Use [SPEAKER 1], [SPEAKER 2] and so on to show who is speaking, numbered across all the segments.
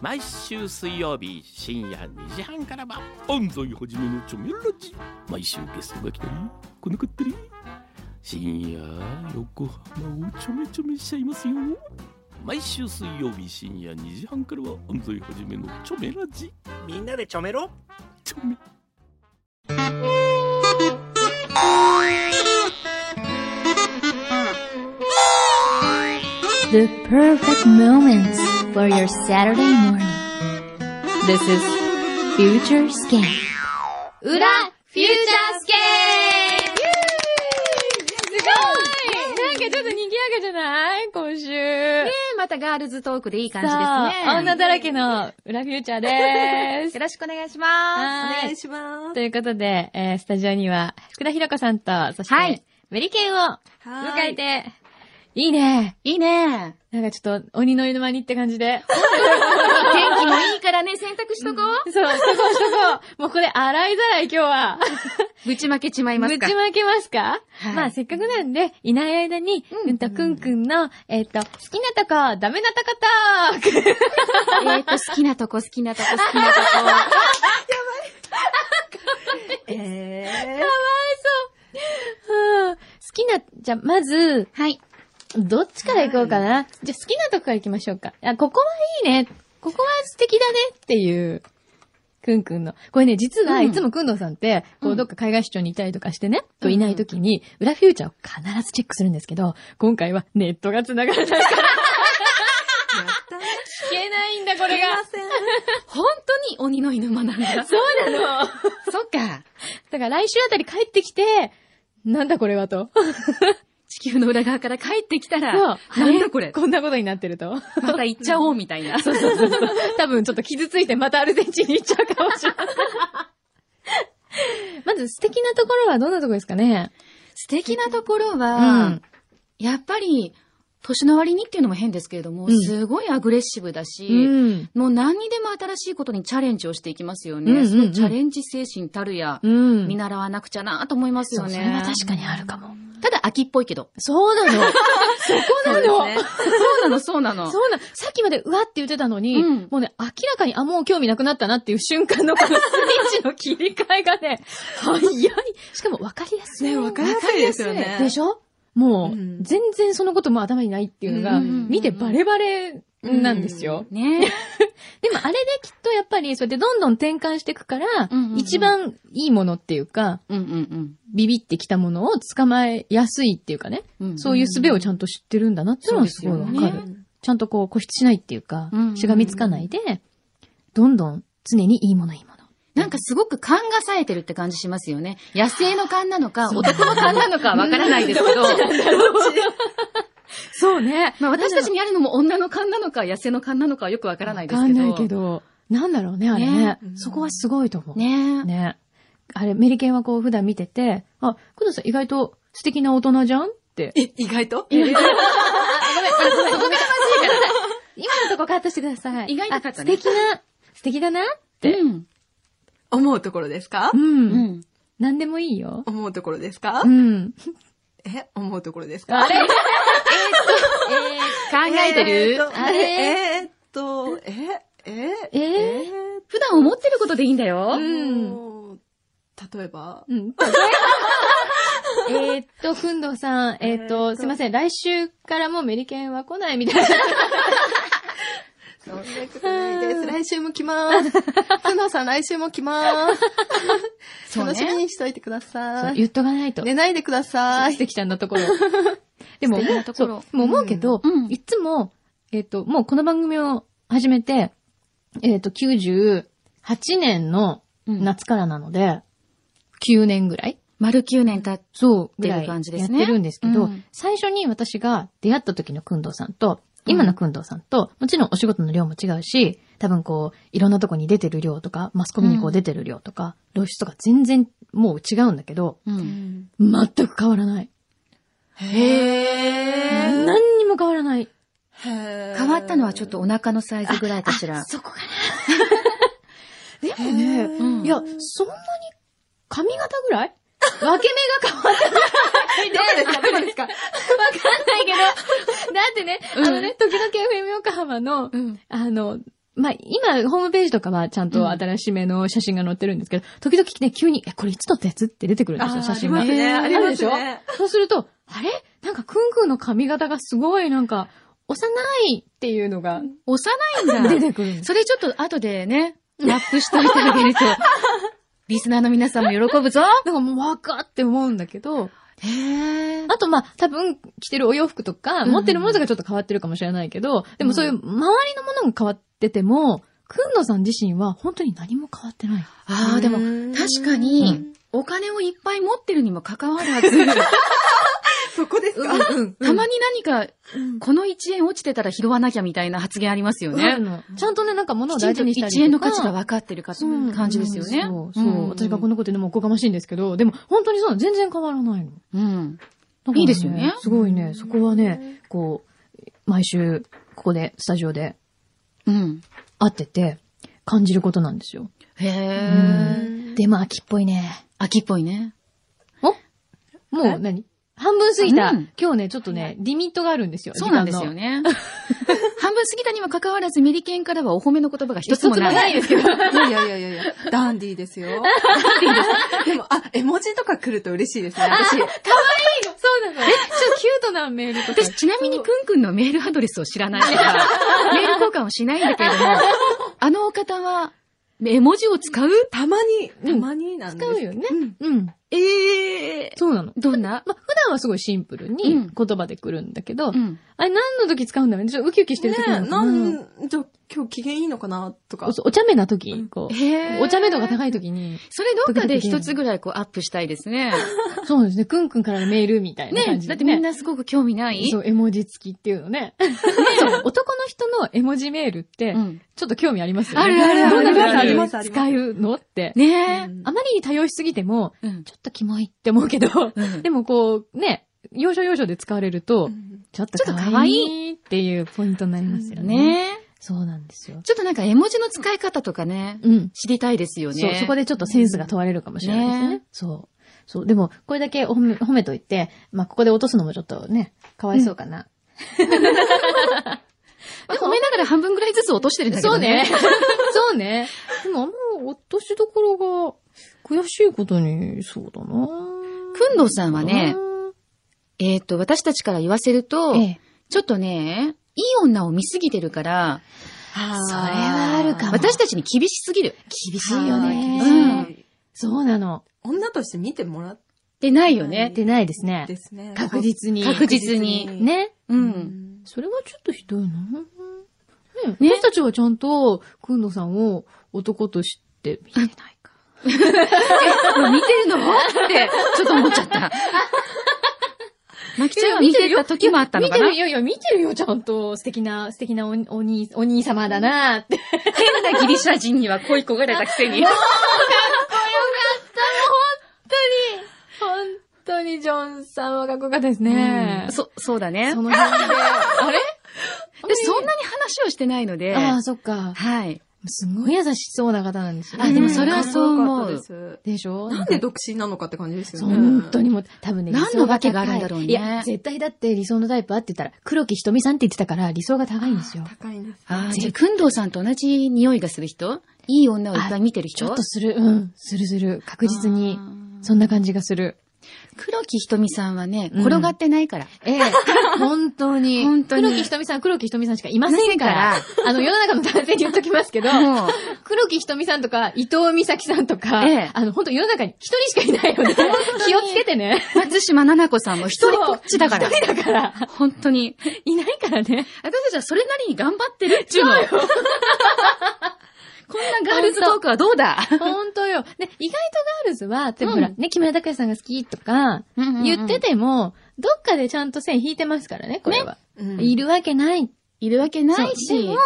[SPEAKER 1] 毎週水曜日深夜2時半からは安西はじめのチョメラジ毎週ゲストが来たり来なかったり深夜横浜をちょめちょめしちゃいますよ毎週水曜日深夜2時半からは安西はじめのチョメラジ
[SPEAKER 2] みんなでちょめろ
[SPEAKER 1] チョメ
[SPEAKER 3] The perfect moments for your Saturday morning. This is Future Scan.
[SPEAKER 4] 裏、フューチャースケープすごい
[SPEAKER 5] なんかちょっと賑やかじゃない今週。ね
[SPEAKER 4] またガールズトークでいい
[SPEAKER 5] え
[SPEAKER 4] 感じですね。
[SPEAKER 5] 女だらけの裏フューチャーで ーす
[SPEAKER 4] よ。ろしくお願いしま
[SPEAKER 5] は
[SPEAKER 4] す。
[SPEAKER 5] い
[SPEAKER 4] しま。
[SPEAKER 5] ということで、えースタジオには、福田ひろ子さんと、そして、
[SPEAKER 4] はい
[SPEAKER 5] メリケンを
[SPEAKER 4] は
[SPEAKER 5] 迎
[SPEAKER 4] ーい
[SPEAKER 5] えて、いいね。
[SPEAKER 4] いいね。
[SPEAKER 5] なんかちょっと、鬼の犬間にって感 じ
[SPEAKER 4] 天
[SPEAKER 5] で。
[SPEAKER 4] 気もいいからね、洗濯しとこう。
[SPEAKER 5] そう、しとこうしとこう。もうこれ洗いざらい今日は。
[SPEAKER 4] ぶちまけちまいま
[SPEAKER 5] ぶ
[SPEAKER 4] す
[SPEAKER 5] ち
[SPEAKER 4] か。
[SPEAKER 5] まけますか、
[SPEAKER 4] はい
[SPEAKER 5] まあせっかくなんで、いない間に、うんとくんくんの、えっ、と、好きなとこ、ダメなとこトーク
[SPEAKER 4] えっと、好きなとこ、好きなとこ、好きなとこ。
[SPEAKER 6] え
[SPEAKER 5] かわいそう。うん好きな、じゃあ、まず、
[SPEAKER 4] はい。
[SPEAKER 5] どっちから行こうかな。じゃあ、好きなとこから行きましょうか。あ、ここはいいね。ここは素敵だねっていう、くんくんの。これね、実は、
[SPEAKER 4] うん
[SPEAKER 5] いつもくんのさんって、こ
[SPEAKER 4] う
[SPEAKER 5] う、
[SPEAKER 4] ん
[SPEAKER 5] どっか海外出張にいたりとかしてね、といないときに、裏フューチャーを必ずチェックするんですけど、今回はネットが繋がらないから。聞けないんだ、これが。
[SPEAKER 4] 本当に鬼の犬間なんだ。
[SPEAKER 5] そうなの。
[SPEAKER 4] そっか。
[SPEAKER 5] だから来週あたり帰ってきて、なんだこれはと。
[SPEAKER 4] 地球の裏側から帰ってきたら、
[SPEAKER 5] そう
[SPEAKER 4] なんだこれ。
[SPEAKER 5] こんなことになってると。
[SPEAKER 4] また行っちゃおうみたいな。
[SPEAKER 5] そうそうそうそう。 多分ちょっと傷ついてまたアルゼンチンに行っちゃうかもし れない。まず素敵なところはどんなところですかね
[SPEAKER 4] 素敵なところ
[SPEAKER 5] う
[SPEAKER 4] は、。やっぱり、年の割にっていうのも変ですけれども、
[SPEAKER 5] うん
[SPEAKER 4] すごいアグレッシブだし、
[SPEAKER 5] うん。
[SPEAKER 4] もう何にでも新しいことにチャレンジをしていきますよ
[SPEAKER 5] うんうん
[SPEAKER 4] ね。
[SPEAKER 5] うん
[SPEAKER 4] そのチャレンジ精神たるや、
[SPEAKER 5] うん。
[SPEAKER 4] 見習わなくちゃなと思います
[SPEAKER 5] そ
[SPEAKER 4] よ
[SPEAKER 5] う、
[SPEAKER 4] ね。
[SPEAKER 5] それは確かにあるかも。
[SPEAKER 4] ただ秋っぽいけど。
[SPEAKER 5] そうなの。そこなの。そう,、
[SPEAKER 4] そうなの、そうなの。
[SPEAKER 5] なの。さっきまでうわって言ってたのに、
[SPEAKER 4] うん
[SPEAKER 5] もうね、明らかにあ、もう興味なくなったなっていう瞬間のこのスイッチの切り替えがね、早い。しかも分かりやすい。
[SPEAKER 6] ね分かりやすいですよね
[SPEAKER 5] 分かりやすいでしょもう、
[SPEAKER 6] うん
[SPEAKER 5] 全然そのことも頭にないっていうのが、
[SPEAKER 4] うんうんうんうん
[SPEAKER 5] 見てバレバレなんですよ。
[SPEAKER 4] ね。
[SPEAKER 5] でもあれできっとやっぱり、そうやってどんどん転換していくから、
[SPEAKER 4] うんうんうん
[SPEAKER 5] 一番いいものっていうか、
[SPEAKER 4] うんうん
[SPEAKER 5] ビビってきたものを捕まえやすいっていうかね、
[SPEAKER 4] うん。
[SPEAKER 5] そういう術をちゃんと知ってるんだなっていうのはすごいわかる。
[SPEAKER 4] そうですよね
[SPEAKER 5] ちゃんとこう固執しないっていうか、
[SPEAKER 4] うんうんうん
[SPEAKER 5] しがみつかないで、どんどん常にいいものいいもの。
[SPEAKER 4] なんかすごく勘が冴えてるって感じしますよね。野生の勘なのか、
[SPEAKER 5] そう
[SPEAKER 4] 男の勘なのかわからないですけど、
[SPEAKER 5] そうね。
[SPEAKER 4] まあ私たちにあるのも女の勘なのか、野生の勘なのかはよくわからないです
[SPEAKER 5] わ
[SPEAKER 4] け
[SPEAKER 5] かん
[SPEAKER 4] ど。
[SPEAKER 5] ないけど、なんだろうね、あれね。
[SPEAKER 6] ね
[SPEAKER 5] そこはすごいと思う。
[SPEAKER 4] ね
[SPEAKER 5] ね。あれ、メリケンはこう普段見てて、あ、工藤さん意外と素敵な大人じゃんって。
[SPEAKER 6] え、意外と
[SPEAKER 5] 今のとこカットしてください。
[SPEAKER 4] 意外とカット
[SPEAKER 5] あ素
[SPEAKER 4] ね
[SPEAKER 5] 敵な、素敵だな。
[SPEAKER 4] え。うん。
[SPEAKER 6] 思うところですか
[SPEAKER 5] う。
[SPEAKER 4] うんん。
[SPEAKER 5] 何でもいいよ。
[SPEAKER 6] 思うところですか
[SPEAKER 5] うん。
[SPEAKER 6] え、思うところですか
[SPEAKER 5] あれ
[SPEAKER 4] 考えてる、
[SPEAKER 6] えーっと
[SPEAKER 5] あれ
[SPEAKER 6] えーっと、え、え、
[SPEAKER 5] えー
[SPEAKER 6] ーっ
[SPEAKER 4] 普段思ってることでいいんだよ。
[SPEAKER 5] う
[SPEAKER 6] と、
[SPEAKER 5] ん
[SPEAKER 6] 例えば、
[SPEAKER 5] うん。えーっ と、くんどうさん、えーっ
[SPEAKER 6] えー
[SPEAKER 5] と、
[SPEAKER 6] っと
[SPEAKER 5] すいません、来週からもうメリケンは来ないみたいな。
[SPEAKER 6] そんなことないです。来週も来 ます。ふなさん来週も来ます。
[SPEAKER 4] そうね
[SPEAKER 6] 楽しみにしといてください。
[SPEAKER 5] 言っとかないと。
[SPEAKER 6] 寝ないでください。
[SPEAKER 5] 素敵ちゃんのと ころ。でも
[SPEAKER 4] 素敵なと、こ
[SPEAKER 5] そ
[SPEAKER 4] ろ
[SPEAKER 5] う、もう思うけど
[SPEAKER 4] うんう、ん
[SPEAKER 5] いつも、えーっと、もうこの番組を始めて、えーっと、98年の
[SPEAKER 4] うん
[SPEAKER 5] 夏からなので、9年ぐらい
[SPEAKER 4] 丸9年経っ
[SPEAKER 5] そう、
[SPEAKER 4] 出
[SPEAKER 5] ぐ
[SPEAKER 4] る
[SPEAKER 5] らいや
[SPEAKER 4] 感
[SPEAKER 5] っ
[SPEAKER 4] じですね
[SPEAKER 5] てるんですけど、
[SPEAKER 4] うん
[SPEAKER 5] 最初に私が出会った時のくんどうさんと、今のくんどうさんと、もちろんお仕事の量も違うし、多分こう、いろんなとこに出てる量とか、マスコミに
[SPEAKER 4] う
[SPEAKER 5] こうん出てる量とか、露出とか全然もう違うんだけど、
[SPEAKER 4] うん。
[SPEAKER 5] 全く変わらない。
[SPEAKER 6] へー
[SPEAKER 5] 何にも変わらない。
[SPEAKER 6] 変
[SPEAKER 4] 変わったのはちょっとお腹のサイズぐらいかしら。
[SPEAKER 5] そこかな。 でもね、
[SPEAKER 4] うん
[SPEAKER 5] いや、そんなに髪型ぐらい分け目が変わらない。どうですかどうですかわ かんないけど、だってね、あのね、時々 FM 横浜の、
[SPEAKER 4] うん。
[SPEAKER 5] あの、まあ、今、ホームページとかはちゃんと新しめの写真が載ってるんですけど、時々ね、急に、え、これいつ撮ったやつって出てくるんですよ、写真が。
[SPEAKER 6] ありますねありますね
[SPEAKER 5] るでしょそうすると、あれなんか、くんくんの髪型がすごい、なんか、幼いっていうのが、
[SPEAKER 4] 幼い
[SPEAKER 5] 出
[SPEAKER 4] んだ。
[SPEAKER 5] てくるんです。
[SPEAKER 4] それちょっと後でね、ラップしといてあげる と、リスナーの皆さんも喜ぶぞ。
[SPEAKER 5] なんかもう、わかって思うんだけど、
[SPEAKER 4] へー。
[SPEAKER 5] あとまあ、多分、着てるお洋服とか、
[SPEAKER 4] うん
[SPEAKER 5] 持ってるものとかちょっと変わってるかもしれないけど、でもそういう、周りのものも変わってても、くんのさん自身は本当に何も変わってない。
[SPEAKER 4] ああ、でも、確かに、お金をいっぱい持ってるにもかかわ らず、うん
[SPEAKER 6] そこですか
[SPEAKER 4] うんたまに何か、この1円落ちてたら拾わなきゃみたいな発言ありますよね。
[SPEAKER 5] ね。ちゃんとね、なんか物を
[SPEAKER 4] きちん
[SPEAKER 5] 大
[SPEAKER 4] と
[SPEAKER 5] 事にしたりとか。
[SPEAKER 4] 1円の価値が分かってるか
[SPEAKER 5] うん
[SPEAKER 4] 感じですよね。
[SPEAKER 5] そうそう。
[SPEAKER 4] ん
[SPEAKER 5] 私がこんなこと言うのもおこがましいんですけど、でも本当にそうなの全然変わらないの。
[SPEAKER 4] うん。
[SPEAKER 5] だから
[SPEAKER 4] いいですよね
[SPEAKER 5] すごいね、そこはね、こう、毎週、ここで、スタジオで
[SPEAKER 4] うん。
[SPEAKER 5] 会ってて、感じることなんですよ。
[SPEAKER 4] へ
[SPEAKER 5] う
[SPEAKER 4] え。
[SPEAKER 5] んでも秋っぽいね。
[SPEAKER 4] 秋っぽいね。
[SPEAKER 5] もう何半分過ぎた、
[SPEAKER 4] うん
[SPEAKER 5] 今日ね、ちょっとね、リミットがあるんですよ。
[SPEAKER 4] そうなんです
[SPEAKER 5] 時間
[SPEAKER 4] よ
[SPEAKER 5] の。
[SPEAKER 4] ね。 半分過ぎたにもかかわらず、メリケンからはお褒めの言葉が一つもない。
[SPEAKER 5] ですけど。
[SPEAKER 6] いやいやいやいや、ダンディーですよ。でも、あ、絵文字とか来ると嬉しいですね、私。
[SPEAKER 5] そうなの。え、ちょっとキュートなメールとか。
[SPEAKER 4] 私、ちなみにくんくんのメールアドレスを知らないから、メール交換をしないんだけれども、あのお方は、絵文字を使う
[SPEAKER 6] たまに、
[SPEAKER 5] う
[SPEAKER 6] た
[SPEAKER 5] ん
[SPEAKER 6] まになんで
[SPEAKER 5] 使
[SPEAKER 6] す。
[SPEAKER 5] うよね。
[SPEAKER 6] うん
[SPEAKER 5] うん。
[SPEAKER 4] ええ
[SPEAKER 5] そうなの。
[SPEAKER 4] どんな
[SPEAKER 5] まあ、普段はすごいシンプル
[SPEAKER 4] う
[SPEAKER 5] に
[SPEAKER 4] ん
[SPEAKER 5] 言葉で来るんだけど、
[SPEAKER 4] ん。
[SPEAKER 5] あれ何の時使うんだろうね。ちょっとウキウキしてる
[SPEAKER 6] ね
[SPEAKER 5] 時
[SPEAKER 6] え、
[SPEAKER 5] なのか
[SPEAKER 6] な
[SPEAKER 5] な。
[SPEAKER 6] ん、じゃあ今日機嫌いいのかなと
[SPEAKER 5] お。
[SPEAKER 6] か
[SPEAKER 5] お茶目な時
[SPEAKER 6] うん、
[SPEAKER 5] こう。
[SPEAKER 4] へえ。
[SPEAKER 5] お茶目度が
[SPEAKER 4] い。
[SPEAKER 5] 高い時に。
[SPEAKER 4] それどっかで一つぐらいこうアップしたいですね。
[SPEAKER 5] そうですね。くんくんからのメールみたいな
[SPEAKER 4] ね
[SPEAKER 5] 感じ
[SPEAKER 4] だ
[SPEAKER 5] で、
[SPEAKER 4] って
[SPEAKER 5] ね。
[SPEAKER 4] みんなすごく興味ない
[SPEAKER 5] そう、絵文字付きっていう のね。そう、男の人の絵文字メールって
[SPEAKER 4] う、ん。
[SPEAKER 5] ちょっと興味ありますよね。
[SPEAKER 4] あるある
[SPEAKER 5] どんな
[SPEAKER 6] あり
[SPEAKER 5] 風
[SPEAKER 6] ますあ
[SPEAKER 5] に
[SPEAKER 6] ります
[SPEAKER 5] 使うのって。
[SPEAKER 4] ねえ。
[SPEAKER 5] あまりに多用しすぎても、
[SPEAKER 4] うん。
[SPEAKER 5] ちょっとキモいって思うけど、
[SPEAKER 4] うん
[SPEAKER 5] でもこう、ね、要所要所で使われると、
[SPEAKER 6] うん
[SPEAKER 5] ちょっと可愛いっていうポイントになりますよね。
[SPEAKER 4] ねえ。
[SPEAKER 5] そうなんですよ。
[SPEAKER 4] ちょっとなんか絵文字の使い方とかね、
[SPEAKER 5] うん。
[SPEAKER 4] 知りたいですよね。
[SPEAKER 5] そう、そこでちょっとセンスが問われるかもしれないですね。
[SPEAKER 4] ね
[SPEAKER 5] そう。そう、でも、これだけお褒め、褒めといて、まあ、ここで落とすのもちょっとね、かわいそうかな。
[SPEAKER 4] まあ褒めながら半分ぐらいずつ落としてるんだけ
[SPEAKER 5] そ
[SPEAKER 4] ど
[SPEAKER 5] うね。。 そうね。でも、あんま落としどころが、悔しいことに、そうだな
[SPEAKER 4] くんどうさんはね、
[SPEAKER 5] うん
[SPEAKER 4] えっと、私たちから言わせると、
[SPEAKER 5] ええ。
[SPEAKER 4] ちょっとね、いい女を見すぎてるから、
[SPEAKER 5] それはあるかも。
[SPEAKER 4] 私たちに厳しすぎる。
[SPEAKER 5] 厳しいよね。
[SPEAKER 4] は
[SPEAKER 5] うんそうなの。
[SPEAKER 6] 女として見てもらっ
[SPEAKER 4] でないよね。
[SPEAKER 5] 出ないですね
[SPEAKER 6] て。ですね。
[SPEAKER 5] 確実に。
[SPEAKER 4] 確実に
[SPEAKER 6] 確実に
[SPEAKER 5] ね。
[SPEAKER 4] う。
[SPEAKER 6] うんん。
[SPEAKER 5] それはちょっとひどいな。ね
[SPEAKER 4] ね
[SPEAKER 5] 私たちはちゃんと、くんのさんを男として見てないか。
[SPEAKER 4] 見てるのって、ちょっと思っちゃった。まきちゃんが見てた時もあったの
[SPEAKER 5] 見
[SPEAKER 4] か
[SPEAKER 5] て
[SPEAKER 4] な
[SPEAKER 5] るよ、いや、見てるよ、ちゃんと。素敵な、素敵なおにお兄、お兄様だなって。
[SPEAKER 4] 変なギリシャ人には恋焦がれたくせに。
[SPEAKER 5] 本当にジョンさんはかっこよかったですね。そ
[SPEAKER 4] そ、そうだね。
[SPEAKER 5] の辺で。あれ
[SPEAKER 4] で、そんなに話をしてないので、
[SPEAKER 5] ああ、そっか。
[SPEAKER 4] はい。
[SPEAKER 5] すごい優しそうな方なんですよ。
[SPEAKER 4] あでもそれはそう思う
[SPEAKER 6] かっこよかったです
[SPEAKER 5] でしょ
[SPEAKER 6] なんで独身なのかって感じですよね。
[SPEAKER 5] 本当にもう、多分ね、
[SPEAKER 4] 何の
[SPEAKER 5] 理想高い
[SPEAKER 4] 訳があるんだろうね
[SPEAKER 5] いや、絶対だって理想のタイプあって言ったら、黒木ひとみさんって言ってたから理想が高いんですよ。
[SPEAKER 6] 高いんです。
[SPEAKER 4] ああ、じゃあ、くんどうさんと同じ匂いがする人いい女をいっぱい見てる
[SPEAKER 5] ち
[SPEAKER 4] 人
[SPEAKER 5] ょっとする、うん、するする、確実に
[SPEAKER 4] あ。ー
[SPEAKER 5] そんな感じがする。
[SPEAKER 4] 黒木ひとみさんはね、
[SPEAKER 5] うん
[SPEAKER 4] 転がってないから。
[SPEAKER 5] ええ、本当に。
[SPEAKER 4] 本当に
[SPEAKER 5] 黒木ひとみさん、黒木ひとみさんしかいませんから。
[SPEAKER 4] いま
[SPEAKER 5] あの、世の中の男性に言っときますけど、
[SPEAKER 4] もう、
[SPEAKER 5] 黒木ひとみさんとか、伊藤美咲さんとか、
[SPEAKER 4] ええ
[SPEAKER 5] あの、本当世の中に一人しかいないので、気をつけてね。
[SPEAKER 4] 松島菜々子さんも一人ぽっちだから。
[SPEAKER 5] 一人だから。
[SPEAKER 4] 本当に。
[SPEAKER 5] いないからね。
[SPEAKER 4] 私たちはそれなりに頑張ってるっちゅうの。 こんなガールズトークはどうだ
[SPEAKER 5] 本当よ。ね、意外とガールズは、でもほら、
[SPEAKER 4] うん
[SPEAKER 5] ね、木村拓哉さんが好きとか、言って
[SPEAKER 4] て、
[SPEAKER 5] ても、どっかでちゃんと線引いてますからね、これは。
[SPEAKER 6] うん
[SPEAKER 5] いるわけない。
[SPEAKER 4] いるわけない
[SPEAKER 5] そうで
[SPEAKER 4] し
[SPEAKER 5] も。、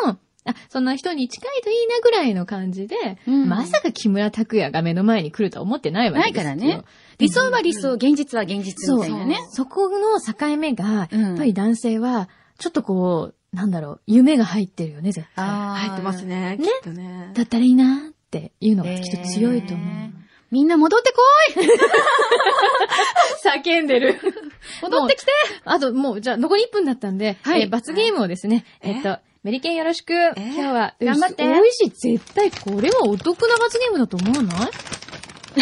[SPEAKER 5] あ、そんな人に近いといいなぐらいの感じで、
[SPEAKER 4] うん
[SPEAKER 5] まさか木村拓哉が目の前に来るとは思ってないわけですよ。
[SPEAKER 4] ないからね。理想は理想、現実は現実
[SPEAKER 5] そう
[SPEAKER 4] みたいなね。
[SPEAKER 5] そこの境目が、
[SPEAKER 4] うん
[SPEAKER 5] やっぱり男性は、ちょっとこう、なんだろう、夢が入ってるよね、絶対。
[SPEAKER 4] あー
[SPEAKER 6] 入ってますね、きっとね。
[SPEAKER 5] だったらいいなっていうのがきっと強いと思う。
[SPEAKER 4] えーみんな戻ってこ
[SPEAKER 5] 叫んで る。
[SPEAKER 4] い戻ってきて
[SPEAKER 5] あともう、じゃあ残り1分だったんで、
[SPEAKER 4] はい
[SPEAKER 5] えー罰ゲームをですね、えっと、メリケンよろしく。今日は、
[SPEAKER 2] 頑張って
[SPEAKER 5] 美味しい。絶対これはお得な罰ゲームだと思わない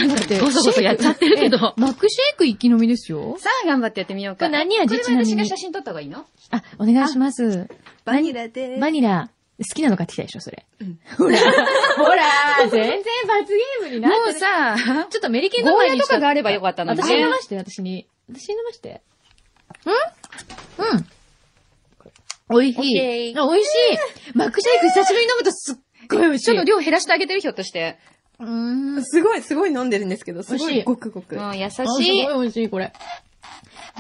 [SPEAKER 5] だ って
[SPEAKER 4] ごそごそやっちゃってるけど
[SPEAKER 5] シェイクえマックシェイク一気飲みですよ。
[SPEAKER 4] さあ、頑張ってやってみよう
[SPEAKER 5] こ
[SPEAKER 4] か。
[SPEAKER 5] れ何味
[SPEAKER 4] これ
[SPEAKER 5] ちな
[SPEAKER 4] は
[SPEAKER 5] み
[SPEAKER 4] 私
[SPEAKER 5] に
[SPEAKER 4] が写真撮った方がいいの
[SPEAKER 5] あ、お願いします。
[SPEAKER 6] バニラで
[SPEAKER 5] バ
[SPEAKER 6] す。
[SPEAKER 5] ニラ、好きなの買ってきたでしょ、それ。
[SPEAKER 6] うん
[SPEAKER 5] ほら、ほら、 全然罰ゲームになって
[SPEAKER 4] もう
[SPEAKER 5] ない
[SPEAKER 4] さ、
[SPEAKER 5] ちょっとメリケンの
[SPEAKER 4] ゴー
[SPEAKER 5] 前
[SPEAKER 4] ヤ
[SPEAKER 5] に
[SPEAKER 4] と
[SPEAKER 5] しちゃ
[SPEAKER 4] かがあればよかったのに
[SPEAKER 5] 私に飲まして、私に。私に飲まして。んうん。美味しい。あ美味しい。マックシェイク久しぶりに飲むとすっごい美味しい。
[SPEAKER 4] ちょっと量減らしてあげてる、ひょっとして。
[SPEAKER 5] うーん。
[SPEAKER 6] すごい、すごい飲んでるんですけど、す
[SPEAKER 5] 美
[SPEAKER 6] ご
[SPEAKER 5] 味しい
[SPEAKER 6] い、ごくごく。
[SPEAKER 4] うん、優し
[SPEAKER 5] あす
[SPEAKER 4] い。
[SPEAKER 5] ごい美味しい、これ。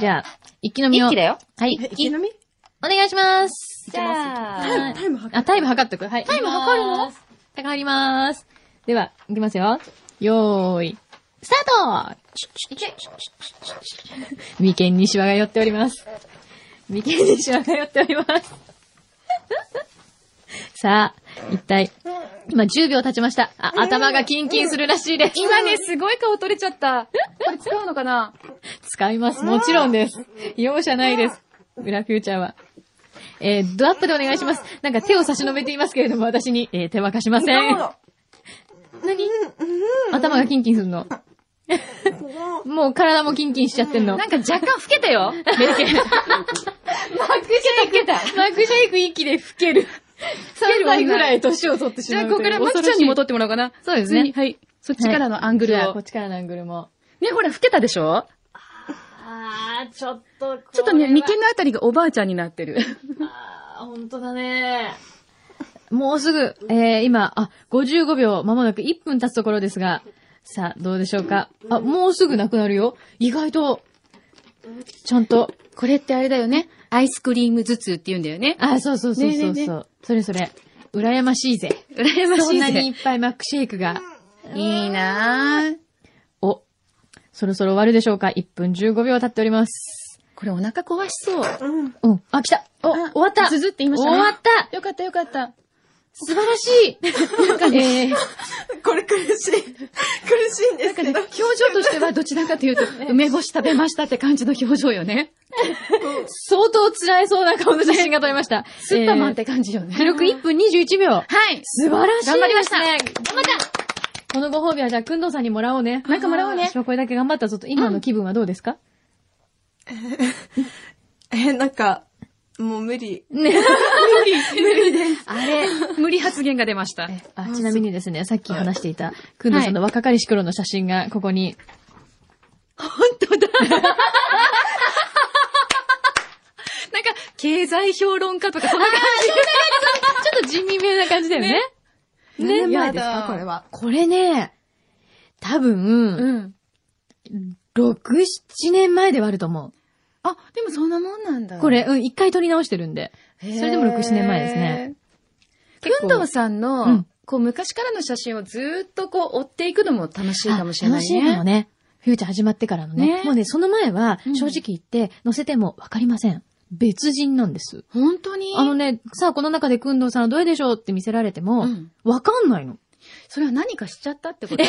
[SPEAKER 5] じゃあ、一気飲みを。
[SPEAKER 4] 一気だ
[SPEAKER 5] よ。
[SPEAKER 4] よ。
[SPEAKER 5] はい、
[SPEAKER 6] え
[SPEAKER 5] 一
[SPEAKER 6] 一気
[SPEAKER 5] 気。
[SPEAKER 6] 飲み
[SPEAKER 5] お願いします。
[SPEAKER 4] じゃ
[SPEAKER 6] タ
[SPEAKER 4] あ
[SPEAKER 6] イ、タイム測
[SPEAKER 5] あ、
[SPEAKER 6] る。
[SPEAKER 5] タイム測っとく。はい。
[SPEAKER 4] タイム測るの
[SPEAKER 5] いきますタイム測ります。では、いきますよ。よーい、スタート眉間にシワが寄っております。眉間にシワが寄っております。さあ、一体、今10秒経ちました。あ、頭がキンキンするらしいです。
[SPEAKER 4] 今ね、すごい顔取れちゃった。これ使うのかな
[SPEAKER 5] 使います。もちろんです。容赦ないです。裏フューチャーは。えードアップでお願いします。なんか手を差し伸べていますけれども、私に、えー手は貸しません。何頭がキンキンすんの。もう体もキンキンしちゃってんの。
[SPEAKER 4] な
[SPEAKER 5] なん
[SPEAKER 4] ん
[SPEAKER 5] か
[SPEAKER 4] か若干老けたよ。メルケン。マック老けた、老けた。
[SPEAKER 5] マックシェイク一気で老ける。3歳ぐらい年を取ってし
[SPEAKER 4] じ
[SPEAKER 5] ま
[SPEAKER 4] ゃ
[SPEAKER 5] う
[SPEAKER 4] あ、ここからマキちゃんに戻ってもらおうかな。
[SPEAKER 5] そうで
[SPEAKER 4] 普
[SPEAKER 5] す
[SPEAKER 4] 通に、
[SPEAKER 5] ね。
[SPEAKER 4] はい。そっちからのアングル
[SPEAKER 5] じゃあ、
[SPEAKER 4] を
[SPEAKER 5] こっ。ちからのアングルも。
[SPEAKER 4] ね、ほら、老けたでしょ
[SPEAKER 2] あー、ちょっと、
[SPEAKER 4] ちょっとね、眉間のあたりがおばあちゃんになってる。
[SPEAKER 2] あー、ほんとだね。
[SPEAKER 5] もうすぐ、えー、今、あ、55秒、まもなく1分経つところですが、さあ、どうでしょうか。あ、もうすぐなくなるよ。意外と、ちゃんと、
[SPEAKER 4] これってあれだよね。アイスクリーム頭痛って言うんだよね。
[SPEAKER 5] あ、そうそうそうそう
[SPEAKER 4] ね
[SPEAKER 5] そう。
[SPEAKER 4] えねえね
[SPEAKER 5] それそれ、羨ましいぜ。
[SPEAKER 4] 羨ま
[SPEAKER 5] そ
[SPEAKER 4] し
[SPEAKER 5] ん
[SPEAKER 4] い
[SPEAKER 5] なにい
[SPEAKER 4] ぜ。
[SPEAKER 5] っぱいマックシェイクが。
[SPEAKER 4] いいなぁ。
[SPEAKER 5] お、そろそろ終わるでしょうか。1分15秒経っております。
[SPEAKER 4] これお腹壊しそう。
[SPEAKER 5] うん。あ、来たお、終わった
[SPEAKER 4] ズズって言いました
[SPEAKER 5] 終
[SPEAKER 4] ね
[SPEAKER 5] わった
[SPEAKER 4] よかったよかった。
[SPEAKER 5] 素晴らし いなんかね、
[SPEAKER 6] これ苦しい。苦 しいんですけど。
[SPEAKER 4] 表情としてはどちらかという と、梅干し食べましたって感じの表情よね。
[SPEAKER 5] 相当辛いそうな顔の写真が撮れました。
[SPEAKER 4] スーパーマンって感じよね。
[SPEAKER 5] えー。記録1分21秒。
[SPEAKER 4] はい。
[SPEAKER 5] 素晴らしいです、
[SPEAKER 4] 頑
[SPEAKER 5] ね。
[SPEAKER 4] 張りました
[SPEAKER 5] 頑張ったこのご褒美はじゃあ、くんどうさんにもらおうね。
[SPEAKER 4] なんかもらおうね
[SPEAKER 5] 私はこれだけ頑張ったぞと、今の気分はどうですか、
[SPEAKER 6] え、なんか、もう無理。
[SPEAKER 4] あれ、無理発言が出ました。
[SPEAKER 5] あちなみにですね、さっき話していた、くんどうさんの若かりし頃の写真がここに。
[SPEAKER 4] なんか、経済評論家とか、そんな感
[SPEAKER 5] ちょっと人民名な感じだよね。
[SPEAKER 6] 何年
[SPEAKER 5] いや
[SPEAKER 6] 前ですか、これは。
[SPEAKER 5] これね、多
[SPEAKER 4] じ。
[SPEAKER 5] 分、
[SPEAKER 4] ん。
[SPEAKER 5] 6、7年前ではあると思
[SPEAKER 4] あ、でもそんなもんなんだ
[SPEAKER 5] う。こ、れ、うん、一回撮り直してるんで。
[SPEAKER 4] へー
[SPEAKER 5] それでも6、7年前ですね。。結
[SPEAKER 4] く
[SPEAKER 5] 構
[SPEAKER 4] んどうさんの、
[SPEAKER 5] うん
[SPEAKER 4] こう、昔からの写真をずーっとこう、追っていくのも楽しいかもしれない
[SPEAKER 5] 楽
[SPEAKER 4] ね。
[SPEAKER 5] しいかも
[SPEAKER 4] ね。
[SPEAKER 5] ね。フューチャー始まってからのね。
[SPEAKER 4] ね
[SPEAKER 5] もうね、その前は、
[SPEAKER 4] うん
[SPEAKER 5] 正直言って、載せてもわかりません。別人なんです。
[SPEAKER 4] 本当に
[SPEAKER 5] あのね、さあ、この中でくんどうさんはどれでしょうって見せられても
[SPEAKER 4] うん、
[SPEAKER 5] わかんないの。
[SPEAKER 4] それは何かしちゃったってこと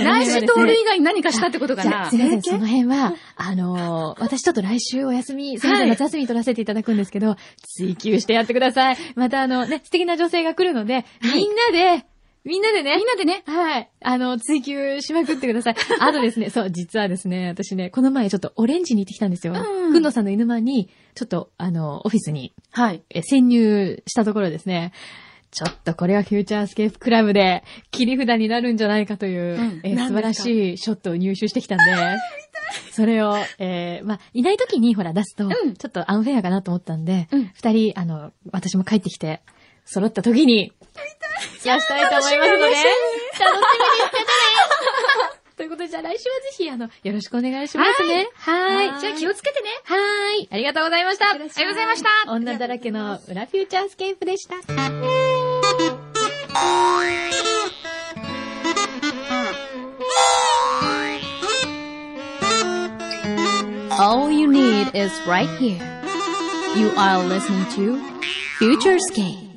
[SPEAKER 5] え
[SPEAKER 4] 内視盗塁以外に何かしたってことか
[SPEAKER 5] じゃ
[SPEAKER 4] な
[SPEAKER 5] あ、すいません、その辺は、あのー私ちょっと来週お休み、すみませ
[SPEAKER 4] は
[SPEAKER 5] ん、
[SPEAKER 4] い
[SPEAKER 5] 夏休み取らせていただくんですけど、追求してやってください。またあの、ね、素敵な女性が来るので、みんなで、みんなでね、みんなでね、はい、あの、追求しまくってください。あとですね、そう、実はですね、私ね、この前ちょっとオレンジに行ってきたんですよ。
[SPEAKER 4] うん
[SPEAKER 5] くんのさんの犬間に、ちょっと、あの、オフィスに
[SPEAKER 4] はい。
[SPEAKER 5] え潜入したところですね、ちょっとこれはフューチャースケープクラブで切り札になるんじゃないかという、
[SPEAKER 4] うん
[SPEAKER 5] えー素晴らしいショットを入手してきたんで、それを、えーまあ、いない時にほら出すと、
[SPEAKER 4] ん
[SPEAKER 5] ちょっとアンフェアかなと思ったんで、
[SPEAKER 4] うん
[SPEAKER 5] 二人、あの、私も帰ってきて、揃った時に、やしたいと思いますので、楽しみにしててねということで、じゃあ来週はぜひ、あの、よろしくお願いしますね。はい。
[SPEAKER 4] じゃあ気をつけてね。。
[SPEAKER 5] はーい。ありがとうございました。ありがとうございました女だらけの裏フューチャースケープでした。
[SPEAKER 3] All you need is right here. You are listening to Futurescape.